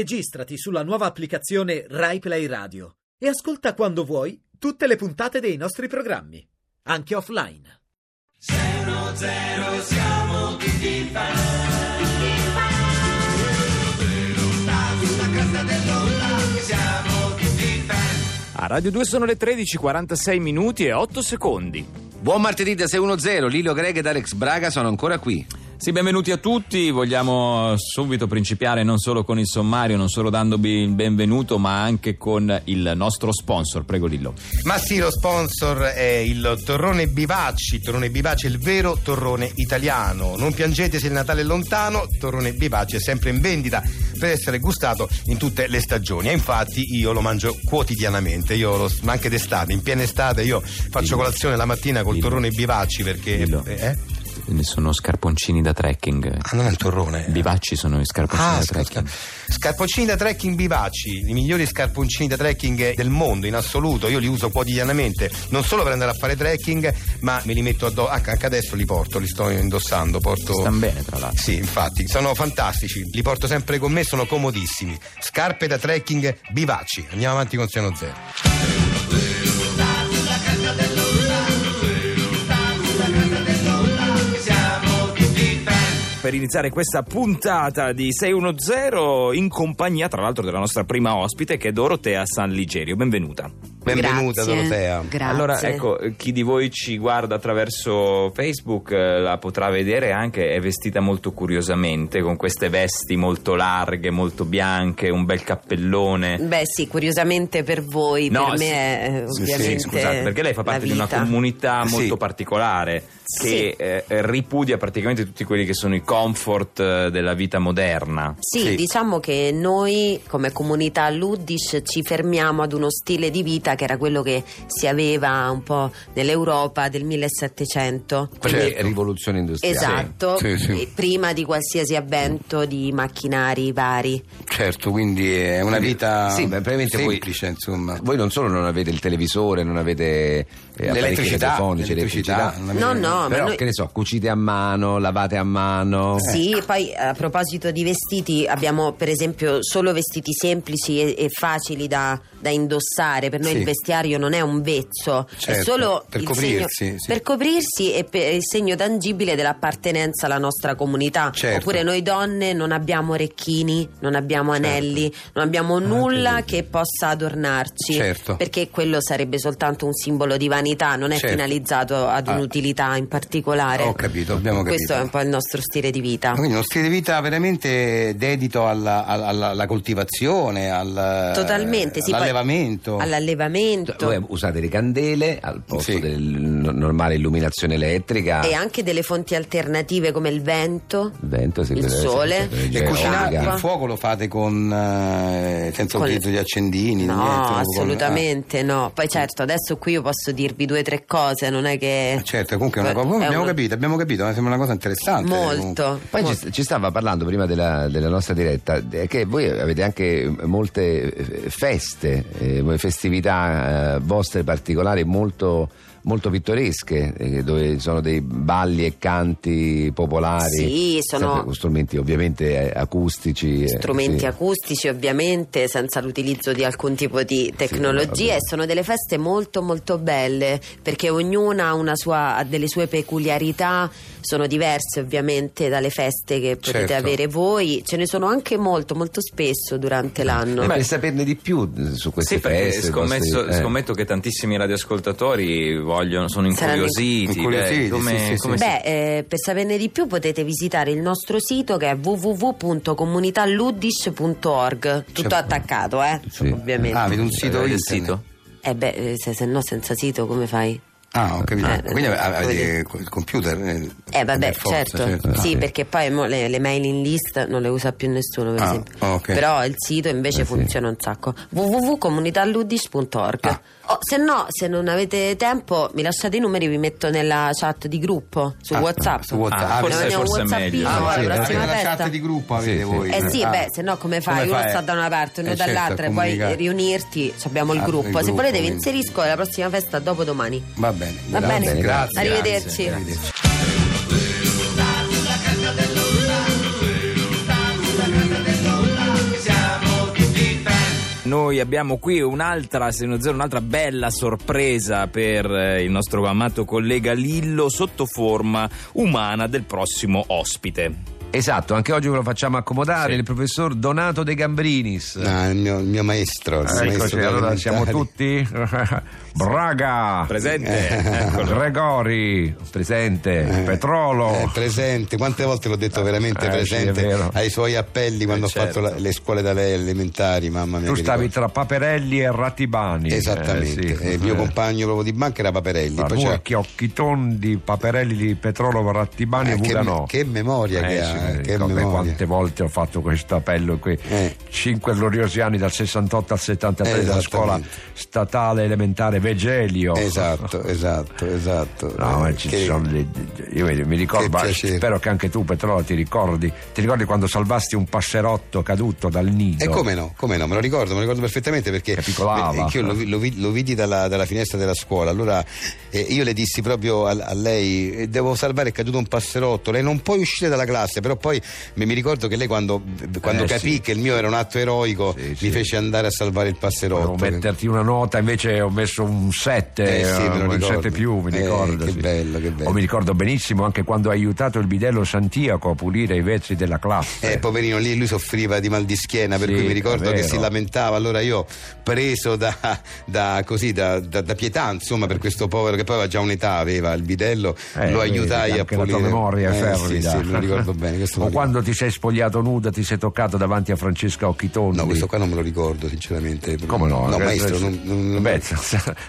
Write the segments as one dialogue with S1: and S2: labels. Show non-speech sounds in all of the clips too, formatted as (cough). S1: Registrati sulla nuova applicazione RaiPlay Radio e ascolta quando vuoi tutte le puntate dei nostri programmi, anche offline.
S2: A Radio 2 sono le 13, 46 minuti e 8 secondi.
S3: Buon martedì da 610, Lilo Greg ed Alex Braga sono ancora qui.
S2: Sì, benvenuti a tutti. Vogliamo subito principiare non solo con il sommario, non solo dandovi il benvenuto, ma anche con il nostro sponsor. Prego, Lillo.
S3: Ma sì, lo sponsor è il Torrone Bivacci. Torrone Bivacci è il vero torrone italiano. Non piangete se il Natale è lontano, Torrone Bivacci è sempre in vendita per essere gustato in tutte le stagioni. E infatti io lo mangio quotidianamente, io lo, ma anche d'estate, in piena estate io faccio
S2: Lillo.
S3: colazione la mattina col
S2: Lillo.
S3: Torrone Bivacci perché...
S2: Lillo.
S3: Eh?
S2: Ne sono scarponcini da trekking.
S3: Ah, non è il torrone.
S2: Bivacci sono i scarponcini
S4: eh,
S3: Ah,
S2: da
S3: sca-
S2: trekking.
S3: sca- scarponcini da trekking vivaci, i migliori scarponcini da trekking del mondo in assoluto, io li uso quotidianamente, non solo per andare a fare trekking, ma me li metto addosso, anche anche adesso li porto, li sto indossando, porto...
S2: Stanno bene, tra l'altro.
S3: Sì, infatti, sono fantastici, li porto sempre con me, sono comodissimi. Scarpe da trekking vivaci, andiamo avanti con Siano Zero.
S2: per iniziare questa puntata di 610 in compagnia tra l'altro della nostra prima ospite che è Dorotea San Ligerio. Benvenuta.
S3: Benvenuta
S5: Grazie.
S3: Dorotea.
S5: Grazie.
S2: Allora, ecco, eh, chi di voi ci guarda attraverso Facebook eh, la potrà vedere anche, è vestita molto curiosamente, con queste vesti molto larghe, molto bianche, un bel cappellone.
S5: Beh sì, curiosamente per voi,
S2: No,
S5: per
S2: sì,
S5: me è eh,
S3: sì,
S5: ovviamente
S3: sì,
S2: Scusate, perché lei fa
S5: la
S2: parte di una
S5: vita.
S2: comunità
S4: Eh,
S3: Sì.
S2: molto particolare
S5: Sì.
S2: che eh, ripudia praticamente tutti quelli che sono i comfort eh, della vita moderna.
S5: Sì,
S3: Sì.
S5: diciamo che noi come comunità Luddish ci fermiamo ad uno stile di vita che era quello che si aveva un po' nell'Europa del 1700.
S3: Quella
S5: Quindi-
S3: è rivoluzione industriale.
S5: Esatto,
S4: Certo. Sì, sì.
S5: e prima di qualsiasi avvento di macchinari vari.
S4: Certo, quindi è una vita
S3: Sì, ma probabilmente voi-
S4: semplice, insomma.
S3: Voi non solo non avete il televisore, non avete eh, apparecchi
S4: L'elettricità,
S3: telefonici,
S4: l'elettricità,
S3: elettricità.
S4: non
S5: No,
S4: avete-
S5: no, ma
S3: Però
S5: noi-
S3: che ne so, cucite a mano, lavate a mano.
S5: Sì,
S4: Ecco.
S5: e poi a proposito di vestiti, abbiamo per esempio solo vestiti semplici e, e facili da, da indossare. Per noi
S4: Sì.
S5: il vestiario non è un vezzo, è
S4: Certo,
S5: solo
S4: per
S5: il
S4: coprirsi,
S5: segno,
S4: sì.
S5: per coprirsi e per il segno tangibile dell'appartenenza alla nostra comunità.
S4: Certo.
S5: Oppure noi donne non abbiamo orecchini, non abbiamo
S4: Certo.
S5: anelli, non abbiamo nulla che possa adornarci.
S4: Ah, Certo.
S5: Perché quello sarebbe soltanto un simbolo di vanità, non è
S4: Certo.
S5: finalizzato ad
S4: Ah.
S5: un'utilità in particolare.
S4: Ho capito, abbiamo capito.
S5: Questo è un po' il nostro stile di vita.
S4: Quindi uno stile di vita veramente dedito alla, alla- alla- alla coltivazione, al,
S5: Totalmente, sì, poi-
S4: all'allevamento.
S5: all'allevamento
S3: Eh, Voi usate le candele al posto
S4: Sì.
S3: del no- normale illuminazione elettrica.
S5: e anche delle fonti alternative come il vento.
S3: il vento, sì,
S5: il
S3: quella-
S5: sole.
S3: sì, quella
S4: E
S3: energia
S4: cucinare
S3: eolica.
S5: L'acqua.
S4: il fuoco lo fate con eh, senza
S5: Con-
S4: utilizzo di accendini?
S5: No,
S4: niente, proprio con-
S5: assolutamente no. Poi certo, adesso qui io posso dirvi due o tre cose, non è che...
S3: Eh,
S4: ah, certo, comunque è una cosa. Abbiamo
S5: uno-
S4: capito, abbiamo capito, ma sembra una cosa interessante. comunque.
S5: Molto.
S3: Poi
S5: Molto.
S3: ci, ci stava parlando prima della, della nostra diretta eh, che voi avete anche eh, molte eh, feste, eh, voi festività eh, vostre particolari molto, molto pittoresche, eh, dove ci sono dei balli e canti popolari.
S5: Sì, sono-
S3: sempre con strumenti ovviamente eh, acustici. eh,
S5: strumenti
S3: sì.
S5: acustici ovviamente senza l'utilizzo di alcun tipo di tecnologia
S3: vabbè.
S5: e sono delle feste molto molto belle perché ognuna ha, una sua- ha delle sue peculiarità sono diverse ovviamente dalle feste che potete
S4: Certo.
S5: avere voi ce ne sono anche molto molto spesso durante l'anno
S3: Eh, per saperne di più eh, su queste
S2: Sì, perché
S3: feste,
S2: scommesso-
S3: vostri- eh.
S2: scommetto che tantissimi radioascoltatori vogliono, sono
S5: Saranno
S2: incuriositi.
S4: incuriositi,
S2: beh, come,
S4: sì, sì, sì.
S2: come si-
S5: Beh, eh, per saperne di più potete visitare il nostro sito che è www.comunitaluddish.org tutto
S4: Cioè,
S5: attaccato eh
S3: sì.
S5: ovviamente
S4: Ah, avete un sito
S2: Avete il
S4: internet?
S2: sito?
S5: Eh beh, eh, se, se no senza sito come fai?
S4: Ah, ho capito.
S5: Eh,
S4: Quindi ave-
S5: come
S4: avete il computer? eh,
S5: Eh vabbè,
S4: per forza,
S5: certo,
S4: Ah,
S5: sì,
S3: sì.
S5: perché poi mo le, le mailing list non le usa più nessuno, per
S4: Ah,
S5: esempio.
S4: ok.
S5: Però il sito invece
S3: Eh, sì.
S5: funziona un sacco. www.comunitaluddish.org.
S4: Ah.
S5: Oh, se no, se non avete tempo, mi lasciate i numeri, vi metto nella chat di gruppo su
S4: Ah,
S5: WhatsApp.
S4: su WhatsApp. Ah,
S5: Non
S4: forse-
S5: è un
S2: forse è
S5: WhatsApp
S2: meglio.
S4: Ah,
S5: la
S4: guarda,
S3: sì,
S5: prossima
S4: avete la
S5: festa.
S4: chat di gruppo avete
S3: Sì, sì.
S4: voi.
S5: Eh sì,
S4: Ah.
S5: beh, se no come fai?
S4: Come
S5: uno
S4: fai?
S5: sta da una parte, uno
S4: Eh, certo,
S5: dall'altra e
S4: comunicare.
S5: poi riunirti. Ci abbiamo il
S4: Ah,
S5: gruppo. se
S4: gruppo,
S5: volete vi
S4: quindi.
S5: inserisco alla prossima festa dopodomani.
S4: Va bene,
S5: Va
S4: grazie,
S5: bene?
S4: grazie.
S5: Arrivederci.
S4: Arrivederci.
S6: Siamo
S2: Noi abbiamo qui un'altra, se non zero, un'altra bella sorpresa per eh, il nostro amato collega Lillo sotto forma umana del prossimo ospite.
S6: Esatto, anche oggi ve lo facciamo accomodare,
S2: Sì.
S6: il professor Donato De Gambrinis.
S4: No, Ah, il mio, il mio
S3: Ah,
S4: maestro. il mio
S6: Eccoci,
S4: maestro
S6: allora
S4: elementare.
S3: (laughs)
S6: siamo tutti. Braga,
S2: Presente?
S7: Eh.
S2: (laughs) Eccolo.
S6: Gregori, presente,
S4: Eh, eh,
S6: Petrolo.
S4: presente, quante volte l'ho detto veramente
S6: Eh, sì, è
S4: presente
S6: vero.
S4: ai suoi appelli quando ho
S2: certo.
S4: fatto la- le scuole da lei elementari, mamma mia.
S6: Eh, Tu
S4: che
S6: stavi
S4: ricordo.
S6: tra Paperelli e Ratibani.
S4: Esattamente,
S6: eh, sì.
S4: e il mio cioè.
S6: Eh.
S4: compagno proprio di banca era Paperelli.
S6: Ma
S4: poi
S6: tu
S4: c'era-
S6: occhi, occhi tondi, Paperelli, Petrolo, Rattibani
S4: Eh,
S6: e
S4: che,
S6: Vulano.
S4: che memoria che
S6: Eh, sì,
S4: ha,
S6: mi
S4: eh, che
S6: ricordo
S4: memoria.
S6: quante volte ho fatto questo appello qui.
S4: Eh.
S6: Cinque gloriosi anni dal 68 al 73 della scuola
S4: Esattamente.
S6: statale elementare Vegelio.
S4: Esatto, esatto, esatto.
S6: No, ma
S4: Eh,
S6: ci
S4: che-
S6: sono le- io vedo- mi ricordo,
S4: che
S6: ma
S4: piacere.
S6: spero che anche tu Petrolo ti ricordi, ti ricordi quando salvasti un passerotto caduto dal nido?
S4: E come no, come no, me lo ricordo, me lo ricordo perfettamente perché
S6: Che piccolava.
S4: anch'io lo, vi- lo vi- lo vidi dalla, dalla finestra della scuola. Allora eh, io le dissi proprio a, a lei: eh, Devo salvare, è caduto un passerotto. Lei non può uscire dalla classe. Però poi mi, mi ricordo che lei, quando, quando
S6: Eh,
S4: capì
S6: sì.
S4: che il mio era un atto eroico,
S6: Sì,
S4: mi
S6: sì.
S4: fece andare a salvare il
S6: Volevo
S4: passerotto.
S6: metterti una nota, invece ho messo un 7,
S4: Eh sì, me lo
S6: un
S4: ricordo.
S6: 7 più, mi
S4: Eh,
S6: ricordo.
S4: che
S6: sì.
S4: bello, che bello.
S6: O mi ricordo benissimo anche quando hai aiutato il bidello Santiaco a pulire i vetri della classe. Eh,
S4: Eh, poverino lì, lui soffriva di mal di schiena, per
S6: Sì,
S4: cui Eh, mi ricordo che
S6: vero.
S4: si lamentava. Allora io, preso da, da così, da, da- da pietà, insomma, per questo povero che poi aveva già un'età, aveva il bidello,
S6: Eh,
S4: lo
S6: vedi,
S4: aiutai a
S6: anche la
S4: pulire.
S6: tua memoria è
S4: Eh, sì,
S6: fervida.
S4: sì, me lo ricordo bene. (laughs) Questo me
S6: o
S4: lo ricordo.
S6: quando ti sei spogliato nuda, ti sei toccato davanti a Francesca Occhitondi.
S4: No, questo qua non me lo ricordo, sinceramente.
S6: Come no?
S4: No,
S6: Eh,
S4: maestro,
S6: eh,
S4: non, non- non-
S6: (laughs) Beh,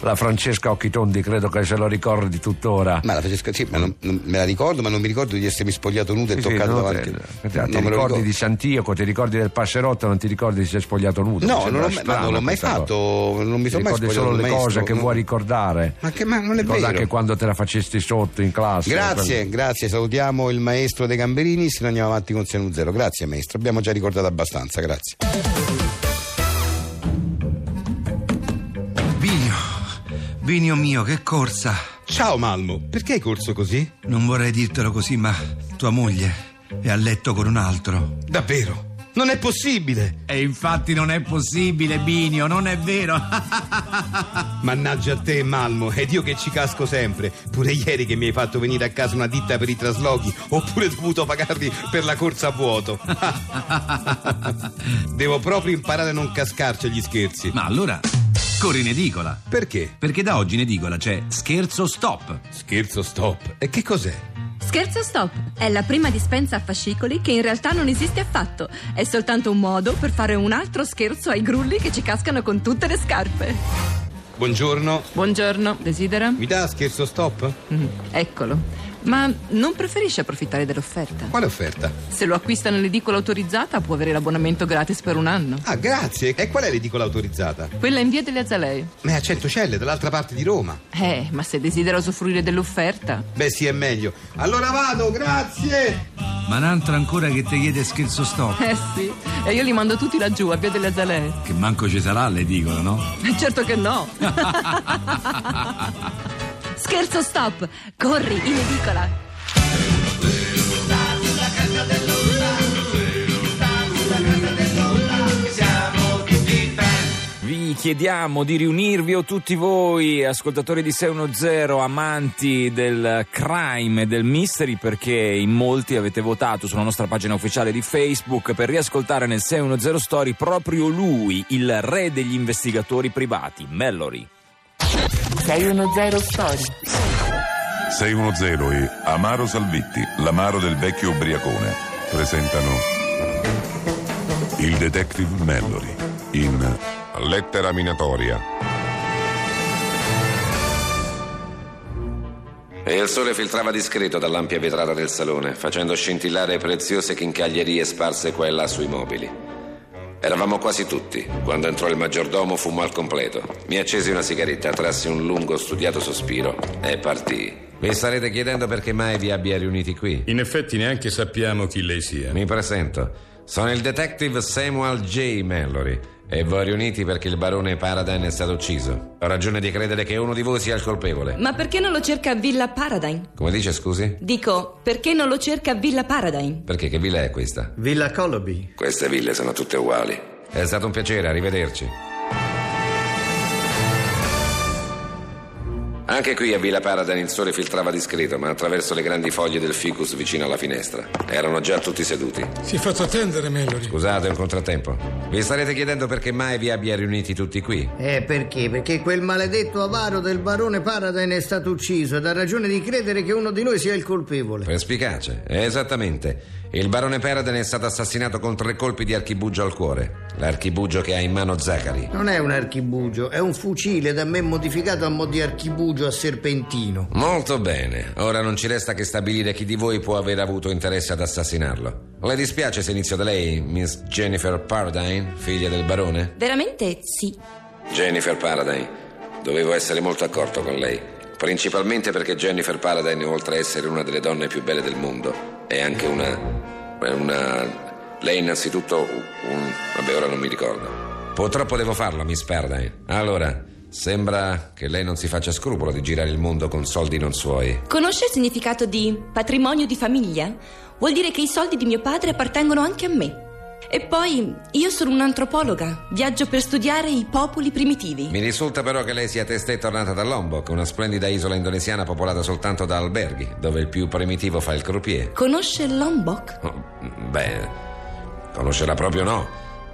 S6: la Francesca Occhitondi credo che se lo ricordi tuttora.
S4: Ma la Francesca, sì, ma non- non- me la ricordo, ma non mi ricordo di essermi spogliato nudo e
S6: Sì, sì,
S4: toccato
S6: no,
S4: davanti.
S6: te-
S4: Non
S6: te- ti
S4: me lo
S6: ricordi
S4: ricordo.
S6: di Santioco, ti ricordi del passerotto, non ti ricordi di si è spogliato nudo.
S4: No,
S6: mi sembra
S4: non l'ho mai- ma
S6: strana
S4: non l'ho mai
S6: questa
S4: fatto,
S6: cosa.
S4: non mi
S6: Ti
S4: sono mai
S6: ricordi
S4: spogliato,
S6: solo le
S4: maestro,
S6: cose che
S4: no.
S6: vuoi ricordare.
S4: Ma che- ma non è
S6: Ricorda
S4: vero.
S6: anche quando te la facesti sotto in classe.
S4: Grazie,
S6: Quello-
S4: grazie, salutiamo il maestro De Gamberini, se no andiamo avanti con Senu Zero. Grazie maestro, abbiamo già ricordato abbastanza, grazie.
S8: Binio, Binio mio, che corsa!
S3: Ciao Malmo, perché hai corso così?
S8: Non vorrei dirtelo così, ma tua moglie è a letto con un altro.
S3: Davvero? Non è possibile!
S8: E infatti non è possibile, Binio, non è vero. (laughs)
S3: Mannaggia a te Malmo, ed io che ci casco sempre. Pure ieri che mi hai fatto venire a casa una ditta per i traslochi, oppure dovuto pagarli per la corsa
S8: (laughs)
S3: a vuoto. Devo proprio imparare a non cascarci agli scherzi.
S8: ma allora, corri in edicola.
S3: Perché?
S8: Perché da oggi in edicola c'è Scherzo Stop.
S3: Scherzo stop. E che cos'è?
S9: Scherzo Stop è la prima dispensa a fascicoli che in realtà non esiste affatto. È soltanto un modo per fare un altro scherzo ai grulli che ci cascano con tutte le scarpe.
S3: Buongiorno,
S10: Buongiorno, desidera?
S3: mi dà scherzo stop?
S10: Mm, Eccolo. Ma non preferisce approfittare dell'offerta?
S3: Quale offerta?
S10: Se lo acquista nell'edicola autorizzata può avere l'abbonamento gratis per un anno.
S3: Ah, grazie. E qual è l'edicola autorizzata?
S10: Quella in via delle Azalee.
S3: Ma è a Centocelle, dall'altra parte di Roma.
S10: Eh, ma se desidera usufruire dell'offerta.
S3: Beh, sì, è meglio. Allora vado, grazie!
S8: Ma un'altra ancora che ti chiede Scherzo Stop.
S10: Eh sì, e io li mando tutti laggiù, a via delle Azalee.
S8: Che manco ci sarà l'edicola, no?
S10: Eh, Certo che
S11: (laughs)
S10: no.
S9: Scherzo Stop, corri in edicola.
S2: Vi chiediamo di riunirvi o tutti voi, ascoltatori di 610, amanti del crime e del mystery, perché in molti avete votato sulla nostra pagina ufficiale di Facebook per riascoltare nel 610 Story proprio lui, il re degli investigatori privati, Mallory.
S5: 610 Story.
S12: 610 e Amaro Salvitti, l'amaro del vecchio ubriacone, presentano il detective Mallory in Lettera minatoria.
S13: E il sole filtrava discreto dall'ampia vetrata del salone, facendo scintillare preziose chincaglierie sparse qua e là sui mobili. Eravamo quasi tutti. Quando entrò il maggiordomo fumò al completo. Mi accesi una sigaretta, trassi un lungo studiato sospiro e partì.
S7: Vi starete chiedendo perché mai vi abbia riuniti qui.
S12: In effetti neanche sappiamo chi lei sia.
S7: Mi presento. Sono il detective Samuel J. Mallory e voi riuniti perché il barone Paradine è stato ucciso. Ho ragione di credere che uno di voi sia il colpevole.
S9: Ma perché non lo cerca a Villa Paradine?
S7: Come dice, scusi?
S9: Dico, perché non lo cerca a Villa Paradine?
S7: Perché che villa è questa?
S13: Queste ville sono tutte uguali.
S7: È stato un piacere, arrivederci.
S13: Anche qui a Villa Paradine il sole filtrava discreto, ma attraverso le grandi foglie del ficus vicino alla finestra. Erano già tutti seduti.
S14: Si è fatto attendere, Melody.
S7: Scusate il contrattempo. Vi starete chiedendo perché mai vi abbia riuniti tutti qui.
S15: Eh, perché? Perché quel maledetto avaro del barone Paradine è stato ucciso ed ha ragione di credere che uno di noi sia il colpevole.
S7: Perspicace, esattamente. Il barone Paradine è stato assassinato con tre colpi di archibugio al cuore. L'archibugio che ha in mano Zacari.
S15: Non è un archibugio, è un fucile da me modificato a mo' di archibugio a serpentino.
S7: Molto bene, ora non ci resta che stabilire chi di voi può aver avuto interesse ad assassinarlo. Le dispiace se inizio da lei, Miss Jennifer Paradine, figlia del barone?
S11: Veramente sì.
S13: Jennifer Paradine. Dovevo essere molto accorto con lei. Principalmente perché Jennifer Paradine, oltre a essere una delle donne più belle del mondo, è anche una. è una. Lei innanzitutto un. vabbè, ora non mi ricordo.
S7: Purtroppo devo farlo, Miss Paradine. Allora, sembra che lei non si faccia scrupolo di girare il mondo con soldi non suoi.
S11: Conosce il significato di patrimonio di famiglia? Vuol dire che i soldi di mio padre appartengono anche a me. E poi io sono un'antropologa, viaggio per studiare i popoli primitivi.
S7: Mi risulta però che lei sia testè tornata da Lombok, una splendida isola indonesiana popolata soltanto da alberghi, dove il più primitivo fa il croupier.
S11: Conosce Lombok?
S7: Oh, beh, conoscerà proprio no.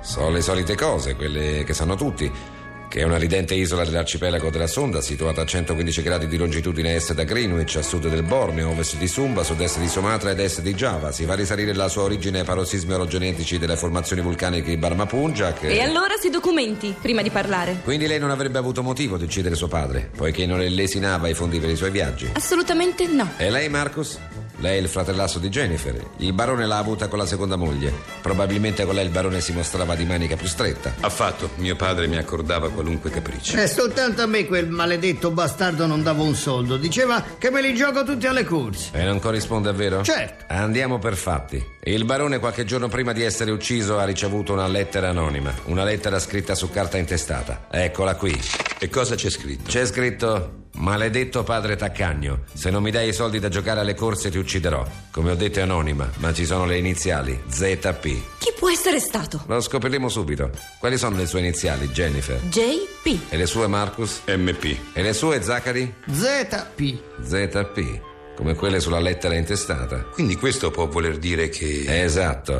S7: So le solite cose, quelle che sanno tutti. Che è una ridente isola dell'arcipelago della Sonda, situata a 115 gradi di longitudine a est da Greenwich, a sud del Borneo, ovest di Sumba, sud-est di Sumatra ed est di Java. Si va a risalire la sua origine ai parossismi orogenetici delle formazioni vulcaniche di Barmapunja. Che...
S11: E allora si documenti prima di parlare.
S7: Quindi lei non avrebbe avuto motivo di uccidere suo padre, poiché non le lesinava i fondi per i suoi viaggi.
S11: Assolutamente no.
S7: E lei, Marcus? Lei è il fratellasso di Jennifer. Il barone l'ha avuta con la seconda moglie. Probabilmente con lei il barone si mostrava di manica più stretta.
S16: Affatto, mio padre mi accordava qualunque capriccio.
S15: Eh, soltanto a me quel maledetto bastardo non dava un soldo. Diceva che me li gioco tutti alle corse.
S7: E non corrisponde a vero?
S15: Certo.
S7: Andiamo per fatti. Il barone qualche giorno prima di essere ucciso ha ricevuto una lettera anonima. Una lettera scritta su carta intestata. Eccola qui.
S16: E cosa c'è scritto?
S7: C'è scritto Maledetto padre Taccagno, se non mi dai i soldi da giocare alle corse ti ucciderò. Come ho detto è anonima, ma ci sono le iniziali, ZP.
S11: Chi può essere stato?
S7: Lo scopriremo subito. Quali sono le sue iniziali, Jennifer?
S11: JP.
S7: E le sue, Marcus?
S16: MP.
S7: E le sue, Zachary?
S15: ZP.
S7: ZP. Come quelle sulla lettera intestata.
S16: Quindi questo può voler dire che...
S7: Esatto.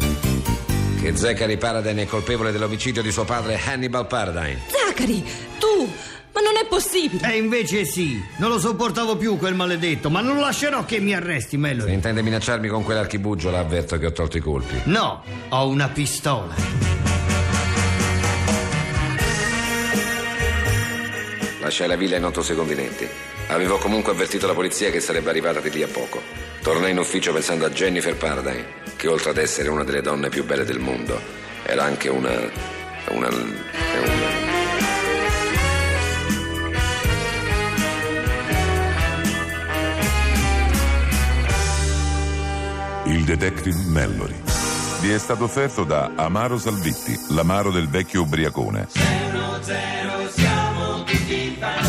S7: Che Zachary Paradine è colpevole dell'omicidio di suo padre Hannibal Paradine.
S11: Zachary, tu... Ma non è possibile!
S15: E invece sì, non lo sopportavo più quel maledetto, ma non lascerò che mi arresti, Melody.
S7: Se intende minacciarmi con quell'archibugio, la avverto che ho tolto i colpi.
S15: No, ho una pistola.
S13: Lasciai la villa in otto secondi lenti. Avevo comunque avvertito la polizia che sarebbe arrivata di lì a poco. Tornai in ufficio pensando a Jennifer Paradine, che oltre ad essere una delle donne più belle del mondo, era anche una. una. una
S12: Il detective Mallory. Vi è stato offerto da Amaro Salvitti, l'amaro del vecchio ubriacone.
S17: Zero, zero, siamo tutti fan.